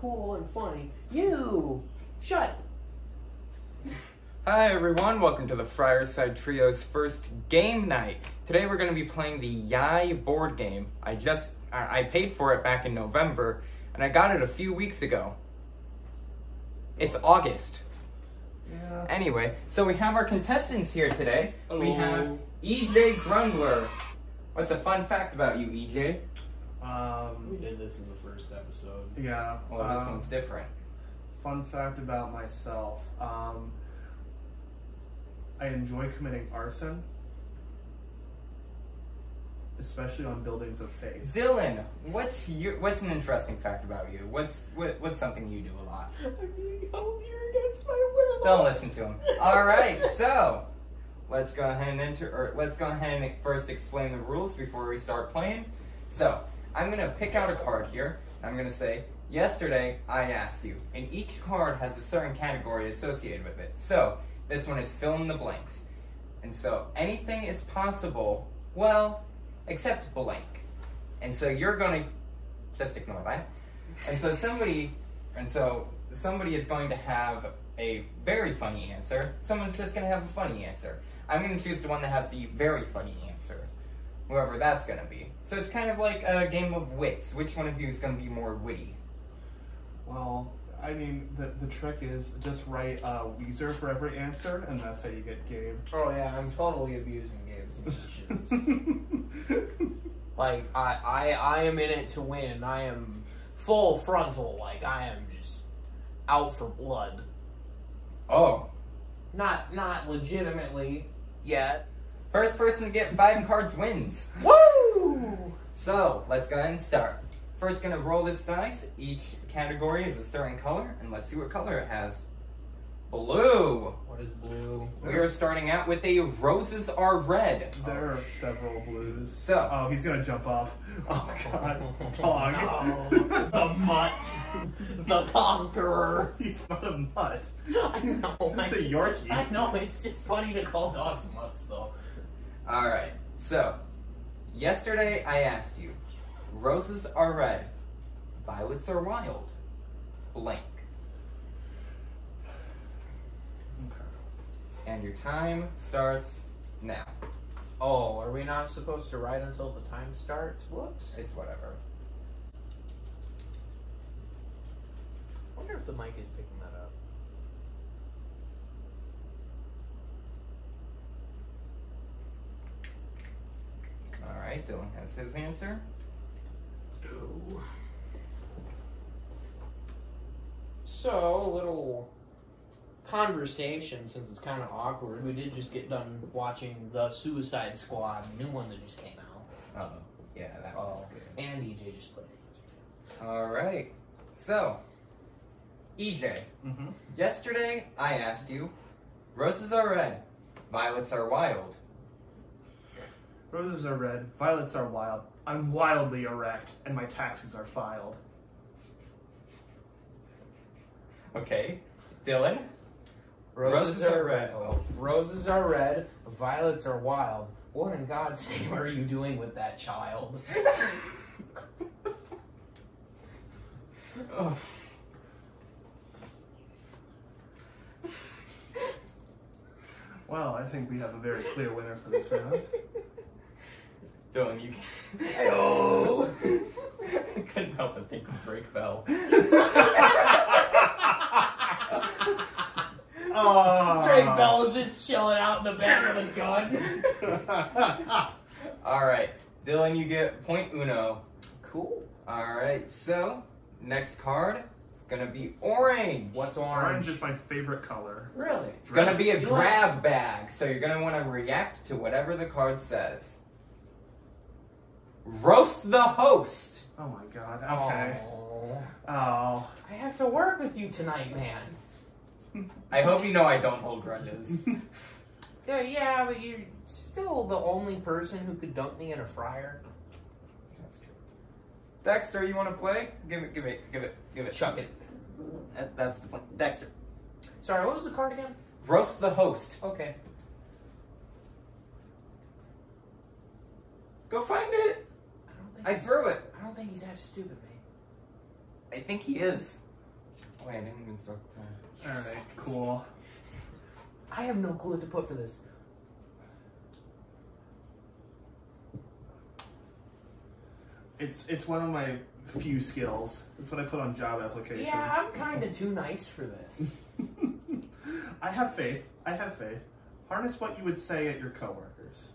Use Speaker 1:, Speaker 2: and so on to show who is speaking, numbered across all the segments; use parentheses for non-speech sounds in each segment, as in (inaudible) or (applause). Speaker 1: cool and funny. You (laughs) shut.
Speaker 2: Hi everyone, welcome to the Friarside Trio's first game night. Today we're going to be playing the Yai board game. I just I, I paid for it back in November and I got it a few weeks ago. It's August.
Speaker 1: Yeah.
Speaker 2: Anyway, so we have our contestants here today. We
Speaker 3: Hello.
Speaker 2: have EJ Grundler. What's a fun fact about you, E EJ?
Speaker 3: Um,
Speaker 4: We did this in the first episode.
Speaker 3: yeah.
Speaker 2: Well, this
Speaker 3: um,
Speaker 2: one's different.
Speaker 3: fun fact about myself. Um, I enjoy committing arson, especially on buildings of faith.
Speaker 2: Dylan, what's your what's an interesting fact about you? What's what, what's something you do a lot?
Speaker 1: I'm being held here against my will.
Speaker 2: Don't listen to him. All right, so let's go ahead and enter, or let's go ahead and first explain the rules before we start playing. So I'm gonna pick out a card here. I'm gonna say, "Yesterday I asked you," and each card has a certain category associated with it. So this one is fill in the blanks, and so anything is possible. Well, except blank, and so you're gonna just ignore that. And so somebody, and so somebody is going to have a very funny answer. Someone's just going to have a funny answer. I'm going to choose the one that has the very funny answer, whoever that's going to be. So it's kind of like a game of wits. Which one of you is going to be more witty?
Speaker 3: Well, I mean, the, the trick is just write uh, Weezer for every answer, and that's how you get game. (laughs)
Speaker 4: Oh yeah, I'm totally abusing games and
Speaker 1: (laughs)
Speaker 4: shits. like I, I I am in it to win. I am full frontal, like I am just out for blood.
Speaker 2: Oh,
Speaker 4: Not not legitimately yet.
Speaker 2: first person to get five cards wins.
Speaker 4: Woo!
Speaker 2: So let's go ahead and start. First, going to roll this dice. Each category is a certain color, and let's see what color it has. Blue.
Speaker 4: What is blue? (laughs)
Speaker 2: We are starting out with a roses are red.
Speaker 3: There are several blues.
Speaker 2: So-
Speaker 3: oh, he's gonna jump up. (laughs) Oh god, dog. (laughs)
Speaker 4: No. the mutt. The conqueror.
Speaker 3: he's not a mutt.
Speaker 4: I know.
Speaker 3: He's just a
Speaker 4: I-
Speaker 3: Yorkie.
Speaker 4: I know, it's just funny to call dogs mutts though.
Speaker 2: All right. So, yesterday I asked you, roses are red, violets are wild. Blank. And your time starts now.
Speaker 4: Oh, are we not supposed to ride until the time starts? Whoops.
Speaker 2: It's whatever.
Speaker 4: I wonder if the mic is picking that up.
Speaker 2: All right. Dylan has his answer.
Speaker 4: So, little conversation since it's kind of awkward. We did just get done watching the Suicide Squad, the new one that just came out.
Speaker 2: Oh, yeah, that was
Speaker 4: Oh.
Speaker 2: good.
Speaker 4: And EJ just plays answer.
Speaker 2: All right. So, EJ,
Speaker 3: Mhm.
Speaker 2: yesterday I asked you, roses are red, violets are wild.
Speaker 3: Roses are red, violets are wild. I'm wildly erect, and my taxes are filed.
Speaker 2: Okay, Dylan.
Speaker 4: Roses, are, red.
Speaker 2: Oh.
Speaker 4: Roses are red. Violets are wild. What in God's name are you doing with that child?
Speaker 2: Oh.
Speaker 3: Well, I think we have a very clear winner for this (laughs) round.
Speaker 2: Dylan, (laughs) you can.
Speaker 4: Oh.
Speaker 2: I couldn't help but think of Drake Bell.
Speaker 3: Oh.
Speaker 4: Drake Bell is just chilling out in the back with a gun.
Speaker 3: Ah.
Speaker 2: Alright, Dylan, you get point uno.
Speaker 4: Cool.
Speaker 2: Alright, so, next card is gonna be orange.
Speaker 4: What's
Speaker 3: Orange
Speaker 4: orange?
Speaker 3: is my favorite color.
Speaker 4: Really?
Speaker 2: It's gonna be a
Speaker 4: You
Speaker 2: grab bag, so you're gonna wanna react to whatever the card says. Roast the host!
Speaker 3: Oh my god. Okay.
Speaker 4: Aw.
Speaker 3: (laughs) Oh.
Speaker 4: I have to work with you tonight, man.
Speaker 2: I hope you know I don't hold
Speaker 3: (laughs)
Speaker 2: grudges.
Speaker 4: Yeah, yeah, but you're still the only person who could dump me in a fryer.
Speaker 2: That's true. Dexter, you wanna play? Give it, give it, give it, give it.
Speaker 4: Chuck it.
Speaker 2: That- that's the point. Dexter.
Speaker 4: Sorry, what was the card again?
Speaker 2: Roast the host.
Speaker 4: Okay.
Speaker 2: Go find it.
Speaker 4: I don't think
Speaker 2: I
Speaker 4: he's-
Speaker 2: threw it.
Speaker 4: I don't think he's that stupid, man.
Speaker 2: I think he is. Wait, I didn't even start the timer.
Speaker 3: Alright, cool.
Speaker 1: I have no clue what to put for this.
Speaker 3: It's it's one of my few skills. It's what I put on job applications.
Speaker 4: Yeah, I'm kind of too nice for this.
Speaker 3: (laughs) I have faith. I have faith. Harness what you would say at your coworkers.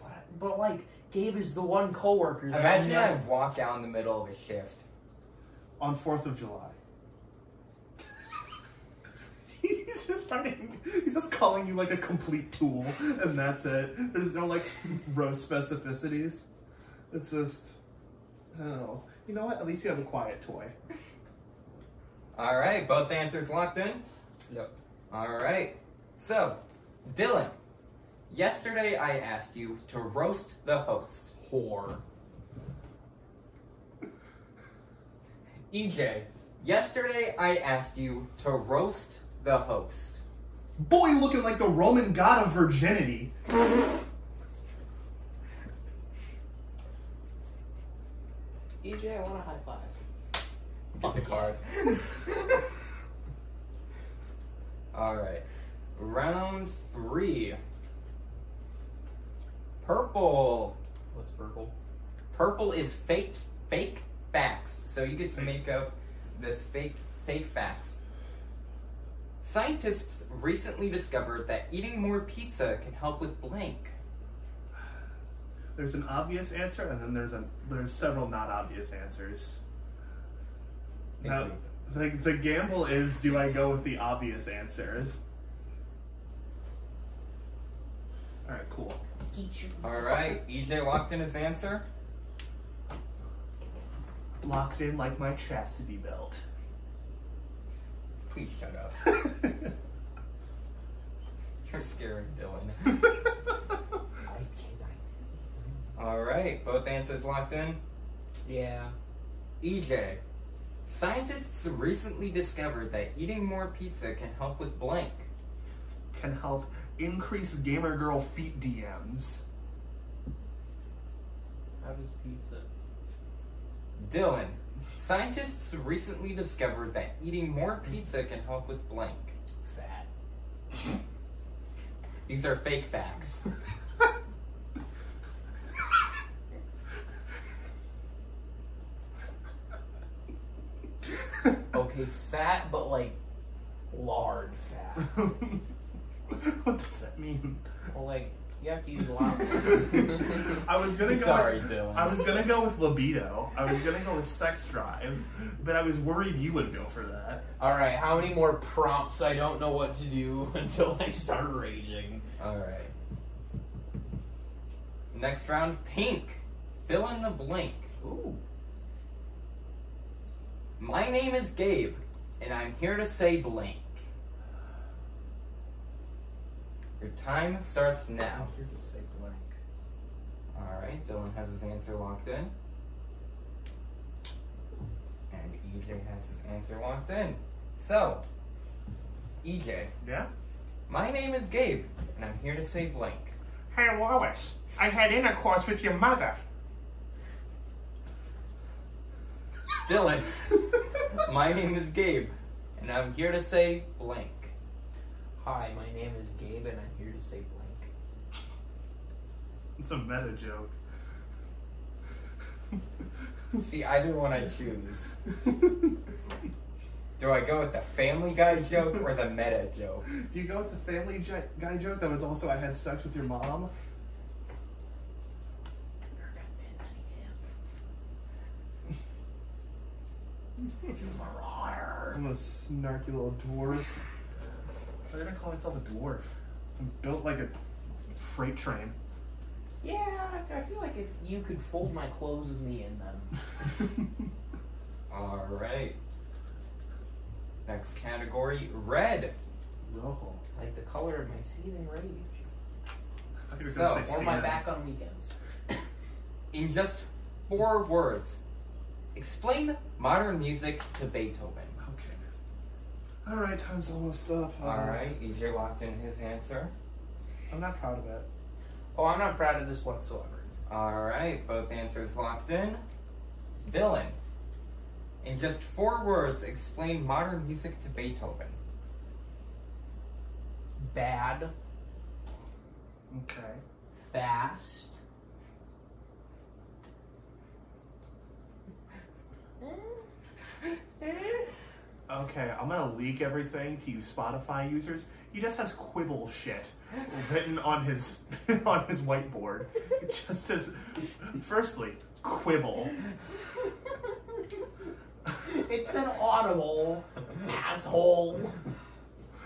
Speaker 4: But, but like, Gabe is the one coworker. That
Speaker 2: Imagine I
Speaker 4: I'm not-
Speaker 2: walk out in the middle of a shift.
Speaker 3: On 4th of July. (laughs) he's just running. He's just calling you like a complete tool, and that's it. There's no like (laughs) row specificities. It's just. Oh. You know what? At least you have a quiet toy.
Speaker 2: All right, both answers locked in.
Speaker 4: Yep.
Speaker 2: All right. So, Dylan, yesterday I asked you to roast the host.
Speaker 4: Whore.
Speaker 2: EJ, E yesterday I asked you to roast the host.
Speaker 3: Boy, looking like the Roman god of (laughs) virginity.
Speaker 1: EJ, E I want a high five.
Speaker 4: Fuck the card.
Speaker 2: All right. Round three. Purple.
Speaker 4: What's purple?
Speaker 2: Purple is fake, fake facts. So you get to make up this fake, fake facts. Scientists recently discovered that eating more pizza can help with blank.
Speaker 3: There's an obvious answer, and then there's a there's several not obvious answers. Now, Uh, the, the gamble is: do I go with the obvious answers? All right, cool.
Speaker 2: All right, EJ locked in his answer.
Speaker 3: Locked in like my chastity belt. (laughs)
Speaker 2: Please shut up. You're scaring Dylan.
Speaker 3: All
Speaker 4: I can't. I...
Speaker 2: All right, both answers locked in.
Speaker 4: Yeah.
Speaker 2: EJ, scientists recently discovered that eating more pizza can help with blank.
Speaker 3: Can help increase gamer girl feet DMs.
Speaker 4: How does pizza?
Speaker 2: Dylan, scientists recently discovered that eating more pizza can help with blank.
Speaker 4: Fat.
Speaker 2: These are fake facts.
Speaker 4: Okay, fat, but like lard fat.
Speaker 3: (laughs) what does
Speaker 2: (laughs)
Speaker 3: that mean?
Speaker 4: Well, like you have to use a lot.
Speaker 3: I was gonna go.
Speaker 2: Sorry,
Speaker 3: with,
Speaker 2: Dylan.
Speaker 3: I was gonna go with libido. I was gonna go with sex drive, but I was worried you would go for that.
Speaker 4: All right, how many more prompts? I don't know what to do (laughs) until I start raging.
Speaker 2: All right. Next round, pink. Fill in the blank.
Speaker 4: Ooh.
Speaker 2: My name is Gabe, and I'm here to say blank. Your time starts now.
Speaker 3: here to say blank.
Speaker 2: All right, Dylan has his answer locked in. And EJ has his answer locked in. So, EJ,
Speaker 3: Yeah.
Speaker 2: my name is Gabe, and I'm here to say blank.
Speaker 3: Hey Lois, I had intercourse with your mother.
Speaker 2: Dylan, my name is Gabe, and I'm here to say blank.
Speaker 4: Hi, my name is Gabe, and I'm here to say blank.
Speaker 3: It's a meta joke.
Speaker 2: See, either one I choose. Do I go with the Family Guy joke or the meta joke?
Speaker 3: Do you go with the Family J- Guy joke that was also I had sex with your mom? I'm a snarky little dwarf. I'm gonna call myself a dwarf. I'm built like a freight (laughs) train.
Speaker 4: Yeah, I I feel like if you could fold my clothes with me um, in them.
Speaker 2: All right. Next category, red.
Speaker 3: Rojo.
Speaker 4: like the color of my seething rage,
Speaker 3: I thought you were
Speaker 2: So,
Speaker 3: gonna say
Speaker 4: or my
Speaker 3: semen.
Speaker 4: back on weekends.
Speaker 2: In just four words, explain modern music to Beethoven.
Speaker 3: Okay. All right, time's almost up. Uh,
Speaker 2: All right, EJ E locked in his answer.
Speaker 3: I'm not proud of it.
Speaker 4: Oh, I'm not proud of this whatsoever.
Speaker 2: All right, both answers locked in. Dylan, In just four words, explain modern music to Beethoven.
Speaker 4: Bad,
Speaker 3: Okay.
Speaker 4: fast.
Speaker 3: Okay, I'm gonna leak everything to you Spotify users. He just has quibble shit written on his (laughs) on his whiteboard. It just says, firstly, quibble. (laughs)
Speaker 4: It's an audible, asshole.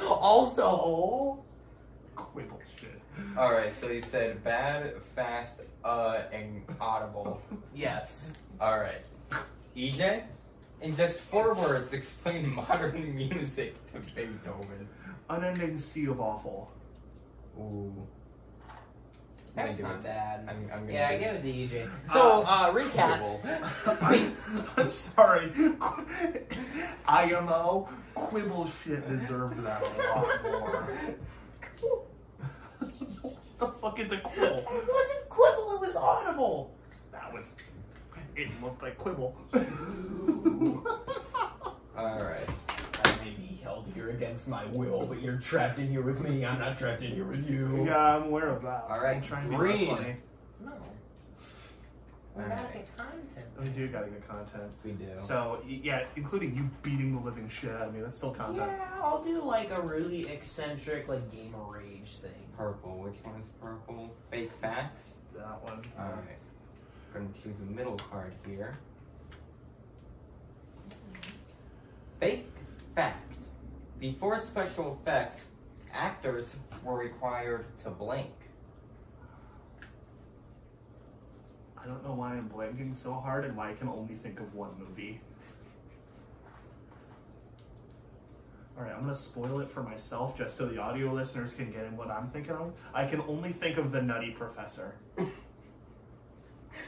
Speaker 4: Also,
Speaker 3: Quibble shit.
Speaker 2: All right, so you said bad, fast, uh, and audible.
Speaker 4: yes.
Speaker 2: All right, EJ. In just four words, explain modern (laughs) music to Beethoven.
Speaker 3: Unending sea of awful.
Speaker 2: Ooh. I'm gonna
Speaker 1: That's
Speaker 2: do
Speaker 1: not
Speaker 2: it.
Speaker 1: bad.
Speaker 2: I'm, I'm gonna
Speaker 1: yeah, I
Speaker 2: do
Speaker 1: give it to EJ.
Speaker 4: E So, uh, recap.
Speaker 3: I'm, I'm sorry. (laughs) Qu- IMO, quibble shit deserved that a lot more. (laughs) what the fuck is a
Speaker 4: It
Speaker 3: quibble?
Speaker 4: wasn't quibble, it was audible.
Speaker 3: That was. It looked like quibble. (laughs)
Speaker 2: All right.
Speaker 4: I may be held here against my will, but you're trapped in here with me. I'm not trapped in here with you.
Speaker 3: Yeah, I'm aware of that.
Speaker 2: All right,
Speaker 3: I'm trying to be less
Speaker 2: green.
Speaker 3: funny.
Speaker 4: No.
Speaker 2: All
Speaker 4: We gotta
Speaker 2: right.
Speaker 4: get content.
Speaker 3: We do gotta get content.
Speaker 2: We do.
Speaker 3: So y- yeah, including you beating the living shit out of me. That's still content.
Speaker 4: Yeah, I'll do like a really eccentric, like game of rage thing.
Speaker 2: Purple. Which one is purple? Fake facts.
Speaker 3: That one.
Speaker 2: All right. Going to choose a middle card here. Fake fact. Before special effects, actors were required to blink.
Speaker 3: I don't know why I'm blanking so hard and why I can only think of one movie. All right, I'm gonna spoil it for myself just so the audio listeners can get in what I'm thinking of. I can only think of the Nutty Professor.
Speaker 4: Oh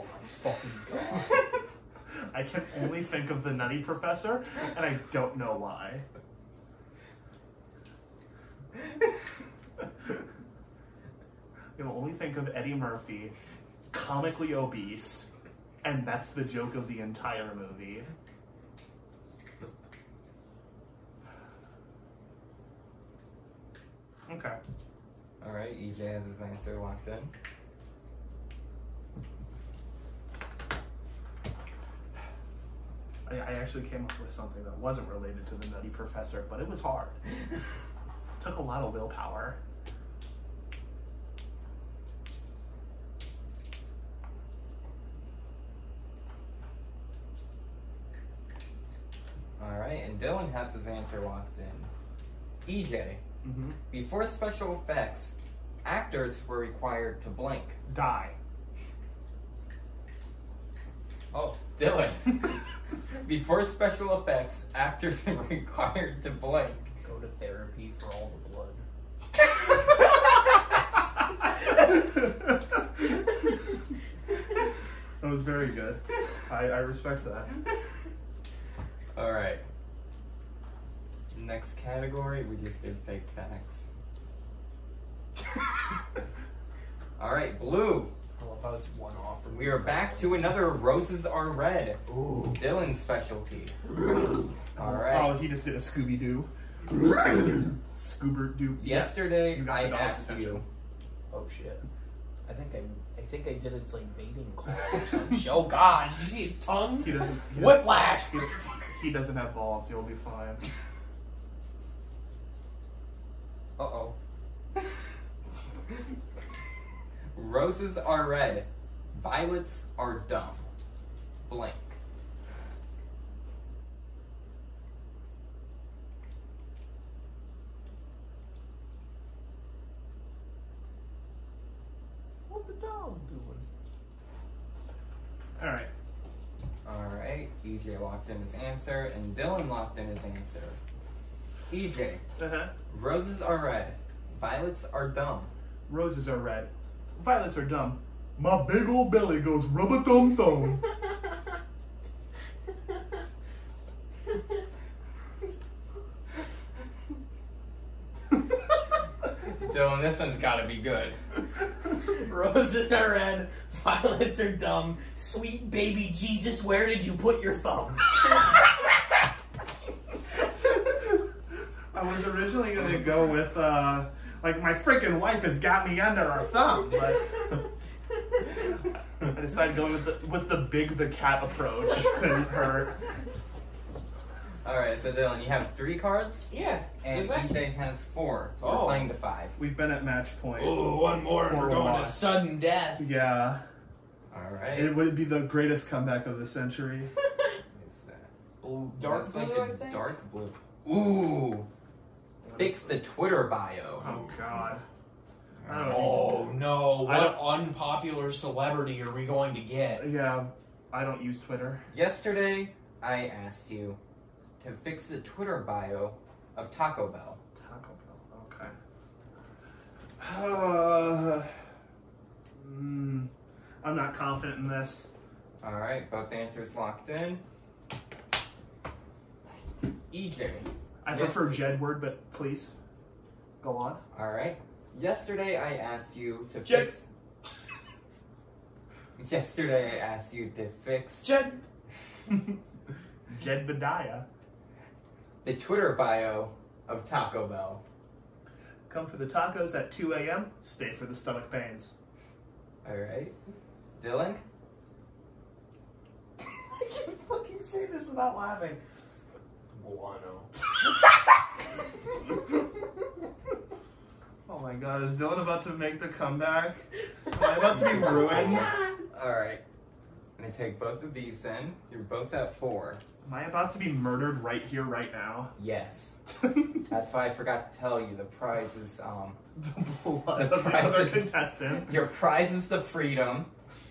Speaker 4: my fucking god.
Speaker 2: (laughs)
Speaker 3: I can only think of the Nutty Professor, and I don't know why. I can only think of Eddie Murphy, comically obese, and that's the joke of the entire movie. Okay.
Speaker 2: All right, EJ has his answer locked in.
Speaker 3: I, I actually came up with something that wasn't related to the Nutty Professor, but it was hard. Took a lot of willpower.
Speaker 2: All right, and Dylan has his answer locked in. EJ,
Speaker 3: Mm-hmm.
Speaker 2: before special effects, actors were required to blink.
Speaker 3: Die.
Speaker 2: Oh, Dylan. (laughs) before special effects, actors (laughs) were required to blink.
Speaker 4: (laughs) Go to therapy for all the blood.
Speaker 3: That was very good. I, I respect that.
Speaker 2: (laughs) All right. Next category, we just did fake facts. (laughs) All right, blue.
Speaker 4: I love how it's one off. from
Speaker 2: We are back to another roses are red.
Speaker 4: Ooh.
Speaker 2: Dylan's specialty. All right.
Speaker 3: Oh, he just did a Scooby Doo. Scoober Doo.
Speaker 2: Yesterday
Speaker 3: You got
Speaker 2: I
Speaker 3: the dog's
Speaker 2: asked you.
Speaker 3: attention.
Speaker 4: Oh shit. I think I, I think I did its like mating call or (laughs) some shit. Oh god, did you see its tongue?
Speaker 3: He doesn't. He
Speaker 4: Whiplash! (laughs)
Speaker 3: Doesn't, (laughs) he, he doesn't have balls. He'll be fine.
Speaker 4: Uh oh.
Speaker 2: Roses are red. Violets are dumb. Blank.
Speaker 4: What's the dog doing?
Speaker 3: All right.
Speaker 2: All right. EJ locked in his answer, and Dylan locked in his answer. EJ.
Speaker 3: Uh huh.
Speaker 2: Roses are red. Violets are dumb.
Speaker 3: Roses are red. Violets are dumb. My big old belly goes rub a thumb thumb.
Speaker 2: Dylan, this one's gotta be good.
Speaker 4: Roses are red, violets are dumb. Sweet baby Jesus, where did you put your phone?
Speaker 3: go with uh, like my freaking wife has got me under her thumb, but (laughs) I decided going with the with the big the cat approach couldn't hurt.
Speaker 2: All right, so Dylan, you have three cards,
Speaker 1: Yeah.
Speaker 2: and
Speaker 1: is that-
Speaker 2: EJ has four. We're
Speaker 1: Oh.
Speaker 2: playing to five.
Speaker 3: We've been at match point.
Speaker 4: Ooh, one more and
Speaker 3: For
Speaker 4: we're going to
Speaker 3: what?
Speaker 4: sudden death.
Speaker 3: Yeah,
Speaker 2: All right.
Speaker 3: it would be the greatest comeback of the century.
Speaker 2: It's that-
Speaker 4: Blue,
Speaker 2: it's
Speaker 4: dark blue,
Speaker 2: like a
Speaker 4: I think.
Speaker 2: Dark blue. Ooh. Fix the Twitter bio.
Speaker 3: Oh God. I don't
Speaker 4: Oh no!
Speaker 3: I
Speaker 4: What unpopular celebrity are we going to get?
Speaker 3: Yeah, I don't use Twitter.
Speaker 2: Yesterday, I asked you to fix the Twitter bio of Taco Bell.
Speaker 3: Taco Bell. Okay. Uh, mm, I'm not confident in this.
Speaker 2: All right, both answers locked in. EJ.
Speaker 3: I
Speaker 2: Yes.
Speaker 3: prefer Jedward, but please go on.
Speaker 2: All right. Yesterday, I asked you to
Speaker 4: Jed-
Speaker 2: fix. (laughs) Yesterday, I asked you to fix
Speaker 4: Jed.
Speaker 3: (laughs) Jed Bediah.
Speaker 2: the Twitter bio of Taco Bell.
Speaker 3: Come for the tacos at 2 a.m. Stay for the stomach pains.
Speaker 2: All right, Dylan.
Speaker 4: I can't fucking say this without laughing. Milano.
Speaker 3: Oh my God! Is Dylan about to make the comeback? Am I about to be ruined?
Speaker 2: All right. I'm gonna take both of these in. You're both at four.
Speaker 3: Am I about to be murdered right here, right now? (laughs)
Speaker 2: Yes.
Speaker 3: the
Speaker 2: That's why I forgot to tell you the prize is um
Speaker 3: blood
Speaker 2: The
Speaker 3: of the other
Speaker 2: prices.
Speaker 3: contestant.
Speaker 2: your prize is the freedom.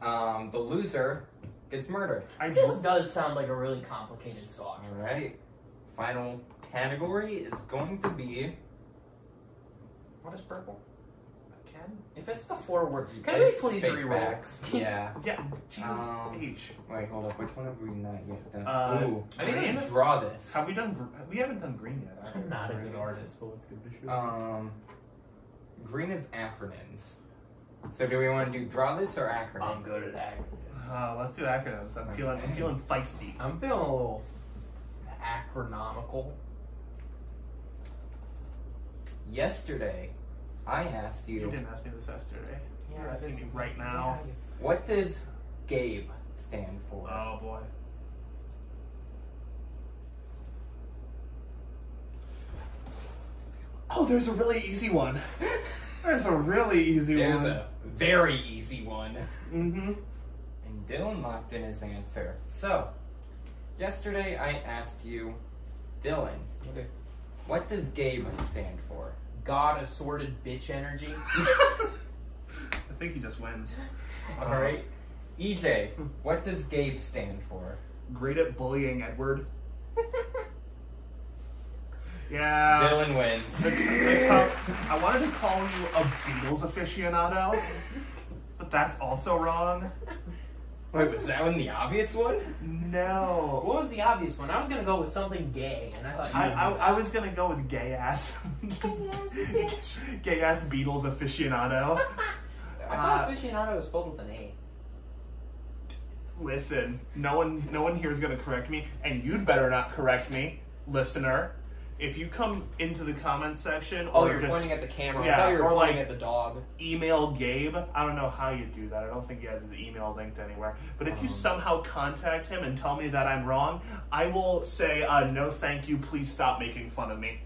Speaker 2: Um, the loser gets murdered.
Speaker 3: I
Speaker 4: This
Speaker 3: dr-
Speaker 4: does sound like a really complicated sauce.
Speaker 2: All right. Final category is going to be. What is purple?
Speaker 3: Ken?
Speaker 4: If it's the four word, can
Speaker 2: That
Speaker 4: we
Speaker 2: is
Speaker 4: please
Speaker 2: fake
Speaker 4: reroll? (laughs)
Speaker 2: facts. Yeah.
Speaker 3: Yeah, Jesus
Speaker 2: Um,
Speaker 3: H.
Speaker 2: Wait, hold up. Which one have we not yet done?
Speaker 3: Uh,
Speaker 2: Ooh, I
Speaker 3: green?
Speaker 2: need to draw this.
Speaker 3: Have we done? gr- We haven't done green yet. have we?
Speaker 4: I'm not a good artist.
Speaker 1: but let's give it a shot.
Speaker 2: Um, green is acronyms. So do we want to do draw this or acronym?
Speaker 4: I'm good at that.
Speaker 3: Uh, let's do acronyms. I'm feeling. I'm feeling feisty.
Speaker 4: I'm feeling a little acronomical.
Speaker 2: Yesterday, I asked
Speaker 3: You
Speaker 2: you,
Speaker 3: didn't ask me this yesterday.
Speaker 1: Yeah,
Speaker 3: You're asking
Speaker 1: this-
Speaker 3: me right now.
Speaker 1: Yeah, you-
Speaker 2: what does Gabe stand for?
Speaker 3: Oh boy. Oh, there's a really easy one. (laughs) There's a really easy
Speaker 2: There's
Speaker 3: one.
Speaker 2: a very easy one.
Speaker 3: (laughs) Mm-hmm.
Speaker 2: (laughs) And Dylan locked in his answer. So, yesterday I asked you, Dylan,
Speaker 4: Okay.
Speaker 2: what does Gabe stand for?
Speaker 4: God assorted bitch energy.
Speaker 3: I think he just wins. Uh-huh.
Speaker 2: All right. EJ, E
Speaker 3: Hmm.
Speaker 2: what does Gabe stand for?
Speaker 3: Great at bullying, (laughs) Edward. Yeah.
Speaker 2: Dylan wins.
Speaker 3: (laughs) The- the cup- I wanted to call you a Beatles aficionado, but that's also wrong.
Speaker 2: Wait, was that one the obvious one?
Speaker 3: No.
Speaker 4: what was the obvious one? I was gonna go with something gay, and I thought you
Speaker 3: I,
Speaker 4: would
Speaker 3: I,
Speaker 4: do
Speaker 3: I was gonna go with gay ass. gay ass Beatles aficionado.
Speaker 4: I
Speaker 3: Uh,
Speaker 4: thought aficionado was spelled with an A.
Speaker 3: Listen, no one no one here is gonna correct me, and you'd better not correct me, listener. If you come into the comments section
Speaker 4: Oh,
Speaker 3: or
Speaker 4: you're
Speaker 3: just
Speaker 4: pointing at the camera.
Speaker 3: Yeah,
Speaker 4: I thought you were
Speaker 3: or
Speaker 4: pointing
Speaker 3: like-
Speaker 4: at the dog.
Speaker 3: email Gabe, I don't know how you do that. I don't think he has his email linked anywhere. But if you somehow contact him and tell me that I'm wrong, I will say uh, no, thank you. Please stop making fun of me.